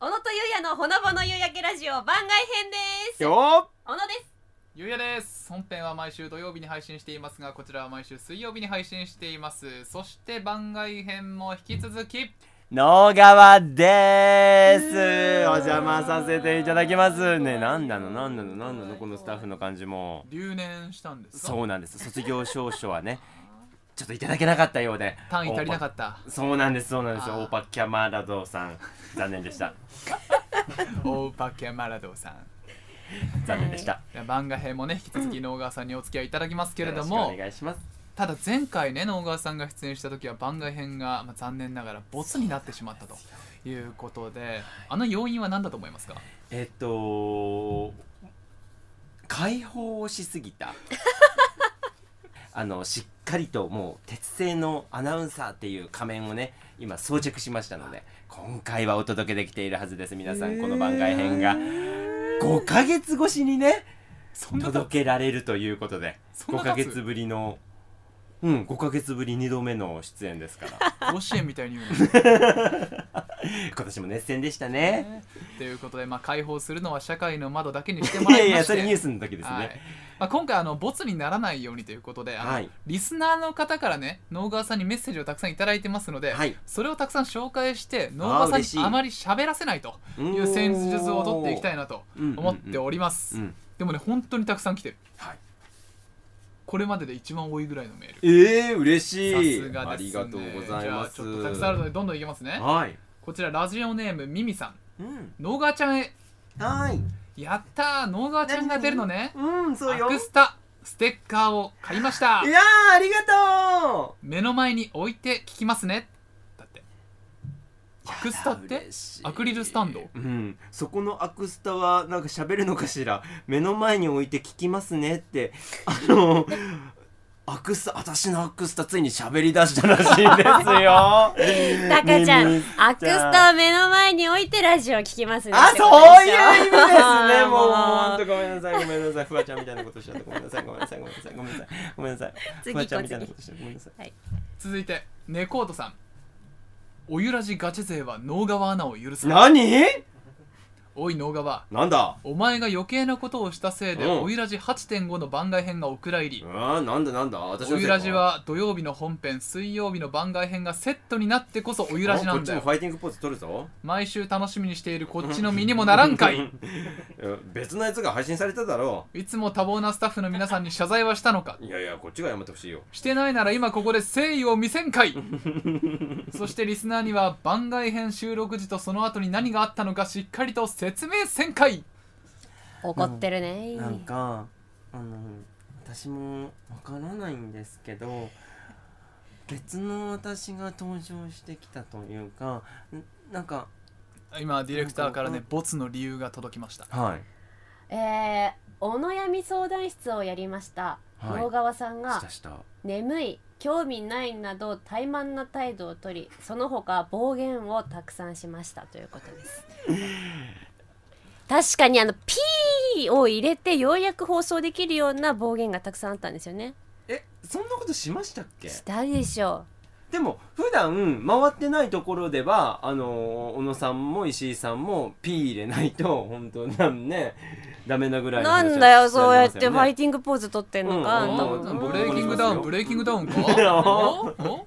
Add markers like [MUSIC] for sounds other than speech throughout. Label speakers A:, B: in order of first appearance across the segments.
A: 夜のほのぼの夕焼けラジオ番外編です
B: よ
A: 小野です
C: ゆうやです本編は毎週土曜日に配信していますがこちらは毎週水曜日に配信していますそして番外編も引き続き
B: 野川で
A: うー
B: すお邪魔させていただきますねなんなのなんなのなんなのこのスタッフの感じも
C: 留年したんですか
B: そうなんです卒業証書はねちょっといただけなかったようで
C: 単位足りなか
B: っ
C: った
B: たそうなんですそうなんです
C: あー
B: オーパッキャマラドーさん残念でした
C: オーパケマラドーさん
B: 残念でした
C: いや番外編もね引き続き能川さんにお付き合いいただきますけれど
B: よろし
C: も
B: くお願いします
C: ただ前回ね能川さんが出演した時は番外編が、まあ、残念ながらボツになってしまったということであの要因は何だと思いますか
B: えっと解放をしすぎ
C: [LAUGHS]
B: たあのしっかりともう鉄製のアナウンサーっていう仮面をね今装着しましたので今回はお届けできているはずです皆さんこの番外編が5ヶ月越しにね
C: そんなと
B: 届けられるということで
C: そん
B: 5
C: な
B: ヶ
C: 経つ
B: 月ぶりのうん5ヶ月ぶり2度目の出演ですから
C: [LAUGHS] 甲子園みたいに言うの
B: 今年も熱戦でしたね
C: ということで、まあ、解放するのは社会の窓だけにしても
B: い
C: ら
B: や [LAUGHS]
C: い
B: い
C: ま
B: や
C: して
B: それニュースの時ですね、
C: はいまあ、今回あのボツにならないようにということであの、
B: はい
C: リスナーの方からね能川さんにメッセージをたくさんいただいてますので、
B: はい
C: それをたくさん紹介して能川さん
B: 嬉
C: に
B: しい
C: あまり喋らせないと
B: うん
C: いう戦術を取っていきたいなと思っております、
B: うん
C: でもね本当にたくさん来てる
B: はい
C: これまでで一番多いぐらいのメール
B: ええ嬉しい
C: さすがですね
B: ありがとうございます
C: じゃあちょっとたくさんあるのでどんどんいきますね
B: はい
C: こちらラジオネームミミさん
B: うん
C: 能川ちゃんへ
B: はい
C: やったー能川ちゃんが出るのね
B: うんそ
C: ア
B: うよい
C: クスタステッカーを買いました
B: やーありがと
C: 目の前に置いて聞きますねだって
B: う
C: アクスタって
B: やだ嬉しい
C: アクリルスタンド
B: うんそこのアクスタはなんか喋るのかしら目の前に置いて聞きますねってあのアクスタ私のアクスタついに喋り出したらしいです
A: [LAUGHS]
B: よ
A: タカちゃ
B: ミ
A: ん
B: ミち
A: アクスタを目の前に置いてラジオ聞きますね
B: あ
A: ってこ
B: そう
A: と
B: い
A: でしょ
B: う意味ですねもうほん
A: [LAUGHS] も
B: とごめんなさいごめんなさいフワちゃんみたいなことしちゃってごめんなさいごめんなさいごめんなさいごめんなさいごめんなさい
A: 次
B: フワちゃ
A: 行こう
B: んみたいなことしちゃってごめんなさい
C: 続いてネコートさんおゆらじガチ勢は能川アナを許すな
B: 何
C: おい能川
B: なんだ
C: お前が余計なことをしたせいで、
B: うん
C: おゆらじ8.5の番外編がお蔵入り、
B: あなんだなんだ私
C: お
B: のせい
C: ゆ
B: から
C: じは土曜日の本編水曜日の番外編がセットになってこそおゆらじな
B: あこ
C: ん
B: っち
C: だ
B: も
C: よ
B: ファイティングポーズ取るぞ
C: 毎週楽しみにしているこっちの身にもならんかい
B: うん別のやつが配信されただろ
C: いつも多忙なスタッフの皆さんに謝罪はしたのか
B: ういやいやこっちが謝ってほしいよ
C: してないなら今ここで誠意を見せんかいそしてリスナーには番外編収録時とその後に何があったのかしっかりと説明せんかい
A: 怒ってるね
D: なんかあの私もわからないんですけど別の私が登場してきたというかんなんか
C: 今ディレクターから
D: なん
C: ねボツの理由が届きました
B: はい
A: えー、お悩み相談室をやりました能、
B: はい
A: 川さんが
B: したした
A: 眠い興味ないなど怠慢な態度をとりその他暴言をたくさんしましたということです確かにあのピーを入れてようやく放送できるような暴言がたくさんあったんですよね
B: えそんなことしましたっけ
A: したでしょ
B: でも普段回ってないところではあの小野さんも石井さんも P 入れないと本当なんねダメなぐ
A: う
B: らいの話
A: なんだよそうやっ
B: になります
A: て
B: よ
A: フ
B: ね
A: ァイティングポーズ取ってんのか、
B: うん
A: あんた
B: う
A: も
B: ん
A: な
B: うん
C: ブレイキングダウンブレイキングダウンかおお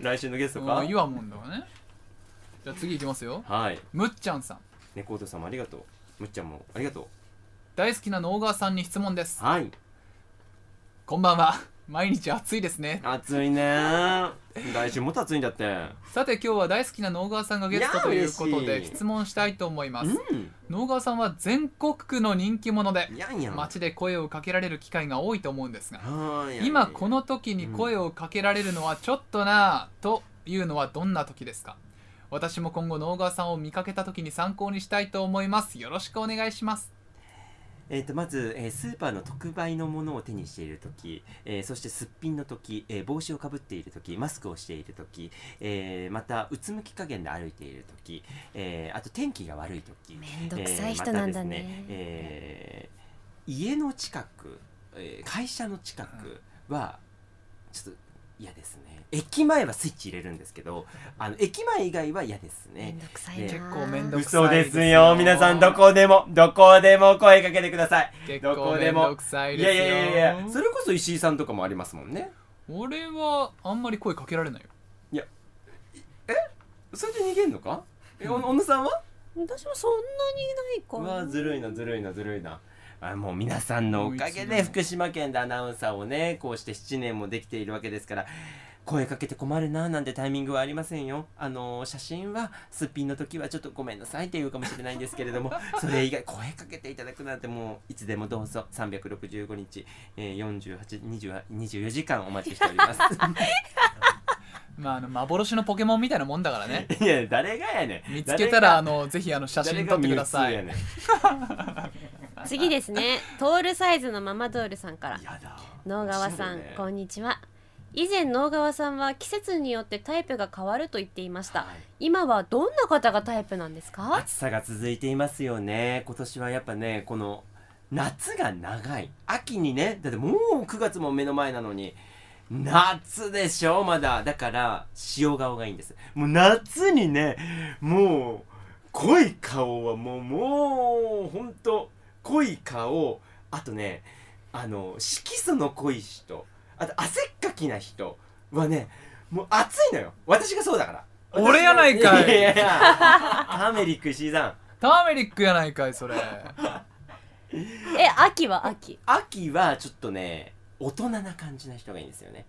B: 来週のゲスト
C: も
B: か
C: う言わんもんだわねじゃあ次いきますよ
B: はい
C: むっちゃんさん
B: 猫お父さんもありがとうむっちゃんもありがとう
C: 大好きな能川さんに質問です
B: はい
C: こんばんは毎日暑いですね
A: [LAUGHS]
B: 暑いねー来週もっと暑いんだって
C: さて今日は大好きな能川さんがゲストということ
B: いや
C: で
B: 嬉しい
C: 質問したいと思います
B: う
C: 能川さんは全国区の人気者で
B: んやんやん
C: 街で声をかけられる機会が多いと思うんですが
B: はーい
C: 今この時に声をかけられるのはちょっとなぁというのはどんな時ですか私も今後能川さんを見かけた時に参考にしたいと思いますよろしくお願いします
B: えー、とまず、えースーパーの特売のものを手にしている時、えーそしてすっぴんの時、えー帽子をかぶっている時マスクをしている時、えーまたうつむき加減で歩いている時、えーあと天気が悪い時
A: めんどくさい人なんだね,、
B: えーまたですねえー家の近く、えー会社の近くは、ちょっと嫌ですね駅前はスイッチ入れるんですけどあの駅前以外は嫌です
A: め
B: ね
A: んどくさいな。
B: ね
C: 結構めんどくさ
B: 嘘
C: い
B: ですよ皆さんどこでもどこでも声かけてください
C: 結
B: ど
C: 構
B: こ
C: め
B: で
C: ん
B: も
C: どくさい
B: い
C: です
B: や
C: よ
B: いやいやいやそれこそ石井さんとかもありますもんね
C: 俺はあんまり声かけられないよ
B: それで逃げんのかえお小野さんは
A: 私もそんなにないか
B: う
A: な。
B: わずるいなずるいなずるいなあもう皆さんのおかげ
C: もういつで
B: で
C: も
B: 福島県でアナウンサーをねこうして7年もできているわけですから声かけて困るななんてタイミングはありませんよあの写真はすっぴんの時はちょっとごめんなさいって言うかもしれないんですけれど [LAUGHS] もそれ以外声かけていただくなんてもういつでもどうぞ365日、えー、4824時間お待ちしております [LAUGHS]
C: まああの幻のポケモンみたいなもんだからね
B: いや誰がやねん
C: 見つけたらあのぜひあの写真撮ってください
B: 誰がミュウツー
A: 次ですね。トールサイズのママドールさんから
B: やねん。やだ
A: 能川さ
B: 面白い
A: ん、
B: ね
A: こんにちは。以前能川さんは季節によってタイプが変わると言っていました。
B: はい
A: 今はどんな方がタイプなんですか？
B: 暑さが続いていますよね今年はやっぱねこの夏が長い秋にねだってもう9月も目の前なのに夏でしょまだだから塩顔がいいんですもう夏にねもう濃い顔はもうもうほんと濃い顔あとねあの色素の濃い人あと汗っかきな人はねもう暑いのよ私がそうだから
C: 俺やないかい
B: やややターメリック石井さん
C: ターメリックやないかいそれ
A: え、秋は秋。
B: 秋はちょっとね大人な感じな人がいいんですよね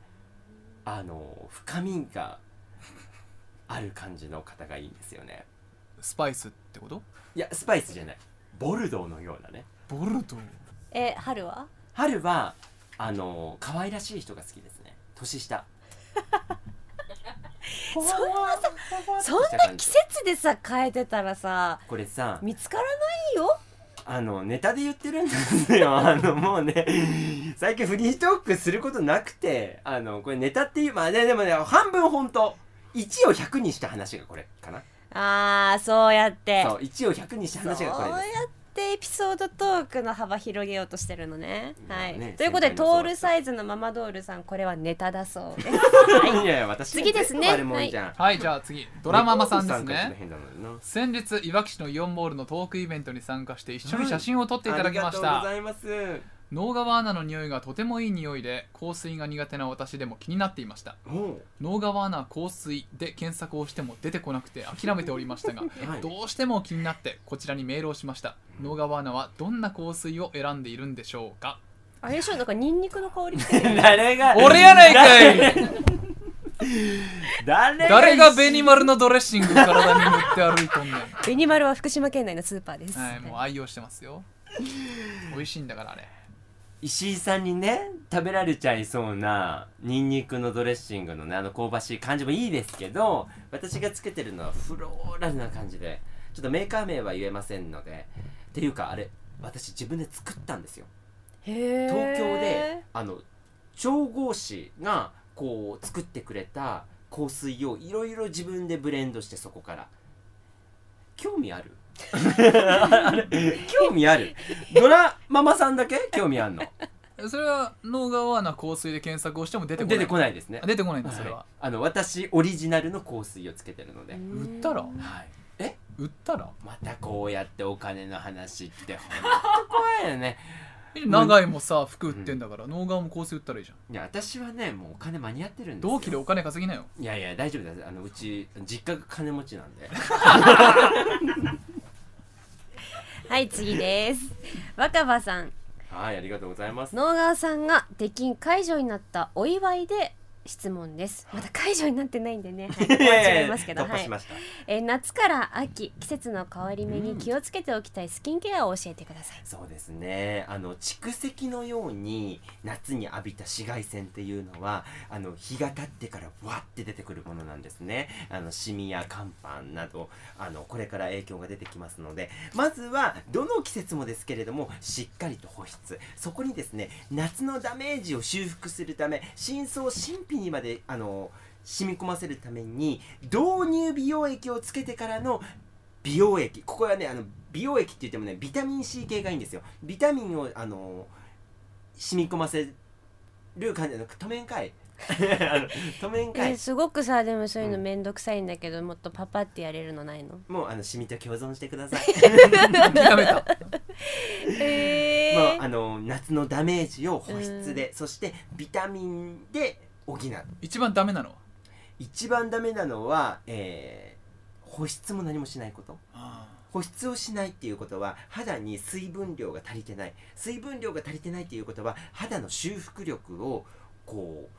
B: あの深みがある感じの方がいいんですよね
C: スパイスってこと
B: いやスパイスじゃないボルドーのようなね
C: ボルト
A: え、春は？
B: 春はあの可愛らしい人が好きですね年下
A: そんなさ、そんな季節でさ変えてたらさ、
B: これさ
A: 見つからないよ。
B: あのネタで言ってるんですよあのもうね最近フリートークすることなくてあのこれネタっていうまあねでもね半分本当1を100にした話がこれかな
A: ああ、そうやって。
B: そう1を100にした話がこれです
A: そうやってエピソードトークの幅広げようとしてるのね。
B: まあ
A: はい。
B: ね
A: ということで
B: 先輩の
A: ト
B: そう
A: ールサイズのママドールさんこれはネタだそう
B: [LAUGHS]
A: です。
B: いやいや私
A: 次ですね
B: あれもいいじゃん、
C: はいじゃあ次ドラママさんで
B: 猫さ
C: す
B: んがちょっと
C: ね
B: 変なのよな
C: 先日いわき市のイオンモールのトークイベントに参加して一緒に写真を撮っていただきま
B: あ
C: した
B: りがとうございます
C: 能川アナの匂いがとてもいい匂いで香水が苦手な私でも気になっていました
B: おう
C: 能川アナ香水で検索をしても出てこなくて諦めておりましたが
B: はい
C: どうしても気になってこちらにメールをしました能川アナはどんな香水を選んでいるんでしょうか
A: あれでしょなんかニンニクの香りして
B: [LAUGHS]
A: る。
B: 誰が
C: 俺やない [LAUGHS] かい
B: 誰が
C: 誰が紅丸のドレッシング体に塗って歩いとん [LAUGHS] ねんは
A: ベニマルは福島県内のスーパーです。
C: いもう愛用してますよ美味しいんだからあれ
B: 石井さんにね食べられちゃいそうなニンニクのドレッシングのねあの香ばしい感じもいいですけど私がつけてるのはフローラルな感じでちょっとメーカー名は言えませんのでっていうかあれ私自分で作ったんですよ
A: へー
B: 東京で。あの調合師がこう作ってくれた香水をいろいろ自分でブレンドしてそこから興味
A: [LAUGHS]
B: あるあれ興味あるドラママさんだけ興味あんの
C: それは能川アナ香水で検索をしても出てこな
B: 出
C: い
B: てこないですね
C: あ出てこないんだそ
B: は
C: れ
B: い
C: は、
B: あの私オリジナルの香水をつけてるので、
A: うん
C: 売ったら
B: はい、え
C: 売ったら
B: またこうやってお金の話ってほんと怖いよね
C: 長井もさ服売ってんだから能川も香水売ったらいいじゃん
B: いや私はねもうお金間に合ってるんですよ
C: 同期でお金稼ぎ [LAUGHS] なよ
B: いやいや大丈夫ですあのうち実家が金持ちなん
C: [LAUGHS]
B: で
A: はい次です。若葉さん、
B: はいありがとうござい
C: [LAUGHS]
B: ます
A: 能川さんが出禁解除になったお祝いで質問です。まだ解除になってないんでね。はい、
B: [LAUGHS]
A: ここは違いますけど。
B: 突破
A: は
B: し
A: い
B: ま。した、
A: えー夏から秋季節の変わり目に気をつけておきたいスキンケアを教えてください、
B: そうですねあの蓄積のように夏に浴びた紫外線っていうのはあの日が経ってからわって出てくるものなんですねあのシミや乾パンなどあのこれから影響が出てきますのでまずはどの季節もですけれどもしっかりと保湿そこにですね夏のダメージを修復するため深層神秘にまであの染み込ませるために導入美容液をつけてからの美容液ここはねあの美容液って言ってもねビタミン C 系がいいんですよビタミンをあの染み込ませる感じの透明かい [LAUGHS] あの止めんか
A: え
B: い
A: すごくさでもそういうの
B: うん
A: めんどくさいんだけど、もっとパパってやれるのない
B: [LAUGHS]
A: の
B: もうあのシミと共存してください
C: 諦めた
A: え
B: まあ
A: ー
B: あの夏のダメージを保湿で、そしてビタミンで補う
C: 一番ダメなのは
B: 一番ダメなのは、えー保湿も何もしないこと
C: あ
B: 保湿をしないっていうことは肌に水分量が足りてない水分量が足りてないっていうことは肌の修復力をこう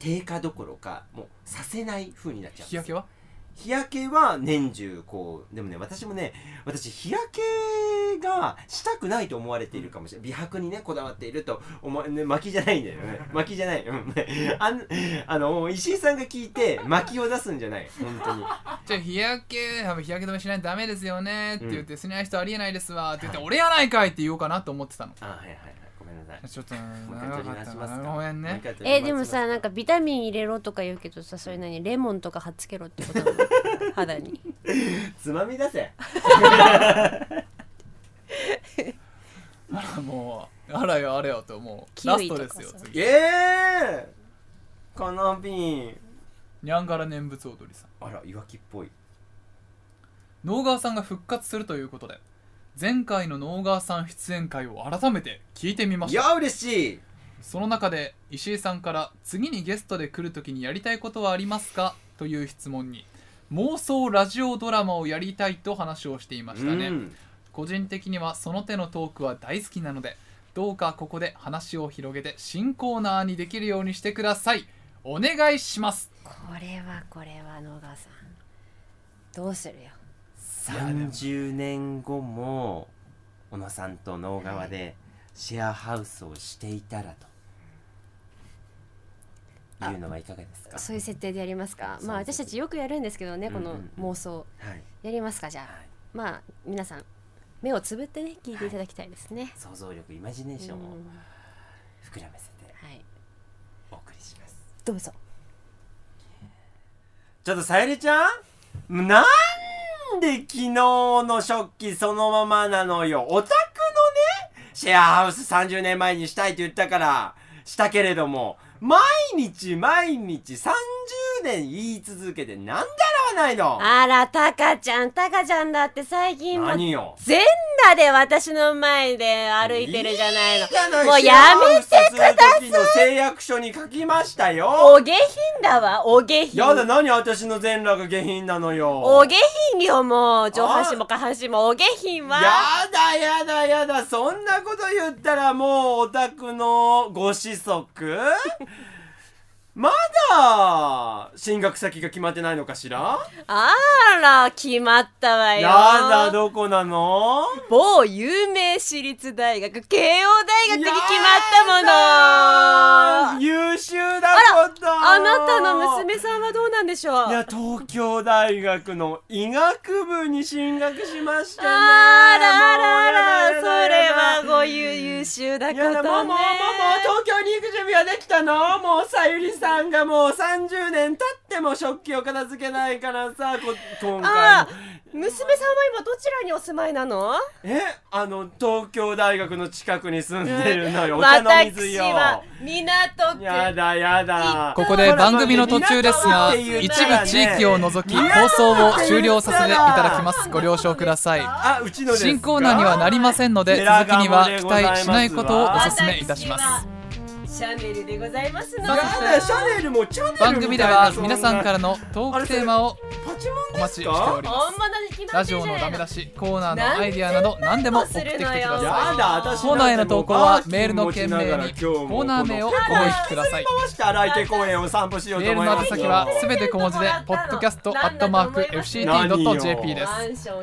B: 低下どころかもうさせない風になっちゃ
C: ー
B: うんです
C: 日焼けは
B: 日焼けは年中こうでもね私もね私日焼けがしたくないと思われているかもしれない美白にねこだわっていると思わね巻きじゃないんだよね
C: [LAUGHS]
B: 巻きじゃない、うん、あんあの石井さんが聞い
C: [LAUGHS]
B: て巻きを出すんじゃない本当に
C: じゃあ日焼け日焼け止めしないとダメですよねって言って、しない人ありえないですわって言って、俺やないかいって言おうかなと思ってたの
B: あはいはいはいごめんなさい
C: ちょっと
B: もう一回
C: 長
B: 取り
C: かっ
B: 直
C: た
B: します
C: な
B: か
C: ごめん
B: もう一
C: ね
B: 回
A: え
B: 取り直します
A: でもさなんかビタミン入れろとか言うけどさそれ何レモンとか貼っつけろってこと
B: [LAUGHS]
A: なの肌に
B: つまみ出
C: [LAUGHS]
B: せ
C: あらもうあらよあらよともう
A: キ
C: ラ
A: ウ
C: ス
A: イと
C: ト
A: かさ
C: ですよ次
B: ええー、カナビン
C: ニャンガラ念仏踊りさん
B: あらいわきっぽい
C: 能川さんが復活するということで前回の能川さん出演会を改めて聞いてみま
B: い
C: した
B: や嬉しい
C: その中で石井さんから次にゲストで来る時にやりたいことはありますかという質問に妄想ラジオドラマをやりたいと話をしていましたね、
B: うん
C: 個人的にはその手のトークは大好きなのでどうかここで話を広げて新コーナーにできるようにしてくださいお願いします
A: これはこれは野川さんどうするよ
B: 30年後も小野さんと能川でシェアハウスをしていたらというのはいかがですか
A: そういう設定でやりますか
B: そう
A: まあ私たちよくやるんですけどねこ
B: う
A: の
B: んうんうん
A: 妄想
B: はい
A: やりますかじゃあ
B: はい
A: まあ皆さん目をつぶってね聞いていただきたいですね、
B: 想像力イマジネーション
A: う
B: を
A: ん
B: 膨らませて
A: はい
B: お送りします
A: どうぞ
B: ちょっとさゆりちゃんなんで昨日の食器そのままなのよ。お宅のね、シェアハウス30年前にしたいと言ったから、したけれども、毎日毎日30年言い続けてなんで洗わないの
A: あらタカちゃんタカちゃんだって最近も
B: 何よ。
A: 全裸で私の前で歩いてるじゃないの
B: いいじゃない
A: もうやめて
B: シェアハウスする時の誓約書に書きましたよ。
A: お下品だわお下品
B: やだ、何私の全裸が下品なのよ。
A: お下品よもう上半身も下半身もお下品は
B: やだやだやだそんなこと言ったらもうお宅のご子息 [LAUGHS] まだ進学先が決まってないのかしら
A: あら決まったわよ
B: やだどこなの
A: 某有名私立大学慶応大学に決まったもの
B: やだ優秀だこと
A: あなたの娘さんはどうなんでしょう
B: いや東京大学の医学部に進学しましたね
A: あらあらあら
B: も
A: そう
B: やだ
A: れ
B: やだ
A: はご優優秀だ
B: や
A: から
B: だママママ
A: ね
B: 東京に行く準備はできたのもうさゆりさんがもう30年経っても食器を片付けないからさこ今回
A: あ
B: も
A: 娘さんは今どちらにお住まいなの
B: えあの東京大学の近くに住んでるのよ、お茶の水
A: 私
B: よ
A: は港区
B: やだやだ
C: ここで番組の途中ですが一部地域を除き放送を終了させていただきますご了承ください
B: あうちのですか
C: 新コーナーにはなりませんので続きには期待しないことをお勧めいたします
A: シャネルでございますの
C: さ
B: や
C: て
B: だシャネルもチャネルみたいな
C: 番組では
B: そ
C: 皆さんかららのトークテーマを
B: パチモン
C: お
B: で
C: 待ち
B: す
C: してお
B: か
C: りま
A: 本
C: す
A: 物に決ま
C: ラ
A: って
C: ジ
A: る
C: オ
A: じゃな
C: のダ
A: い
C: メ
A: の
C: 出しコーナーのアイディアなど何でも送ってきてくださ
B: や
C: い
B: だ私
C: コーナーへの投稿はメールの件名に
B: 今日も
C: コーナー名をご意識ください
B: 回して荒井家公園を散歩しよう
C: メ
B: と
C: ール
B: 思い
C: の
B: ま
C: 宛
B: す
C: 先はすべて小文字で podcast.fct.jp です
A: マンション
C: そ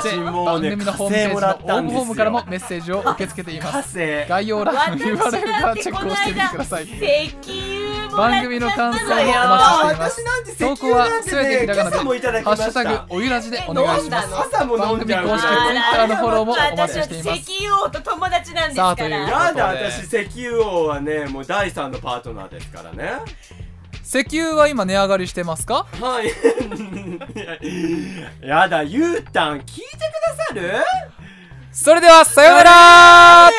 C: して
B: 私も
C: 番
B: うね
C: 組のホームページ
B: 火星も
C: の
B: ら
C: 応
B: ったん
C: 募
B: ですよ
C: フォームからもメッセージを受け付けていま
B: 火 [LAUGHS]
C: す
B: 星
C: 概要欄の URL からチェックをしてみてください番組の感想もお待ちして
B: 私
C: います
B: なんて石
C: 投
B: 油
C: 稿は
B: なんて
C: すべてひらがな
B: 今
C: で
B: 朝もいただき
C: ハッ
B: ま
C: シュ
B: した
C: タグおゆらじでお願いします
B: 朝も飲んじゃう
C: 番組公式ツイッターのフォローもお待ちしています
A: 石油王と友達なんです
C: さあ
A: か
C: という
A: ら
B: やだ私石油王はねもう第三のパートナーですからね
C: 石油は今値上がりしてますか
B: はい [LAUGHS] やだゆうたん聞いてくださる
C: それではさようなら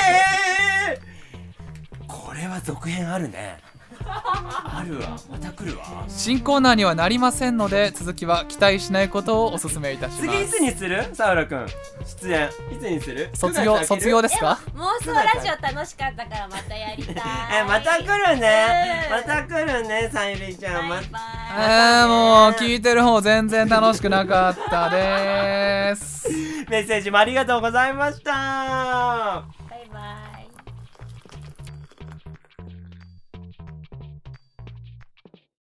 B: これは続編あるねあるわまた来るわ
C: 新コーナーにはなりませんので続きは期待しないことをお勧めいたしま
B: 次いつ
C: す
B: にするサウラくん出演いつにする
C: 卒
B: 九
C: 業
B: 月開ける
C: 卒業ですか
A: 妄想ラジオ楽しかったからまたやりたい
D: えまた来るね
A: うん
D: また来るねさゆりちゃんま
A: バイバ
C: え
A: イ
C: ー、もう聞いてる方全然楽しくなかったです
D: メッセージもありがとうございました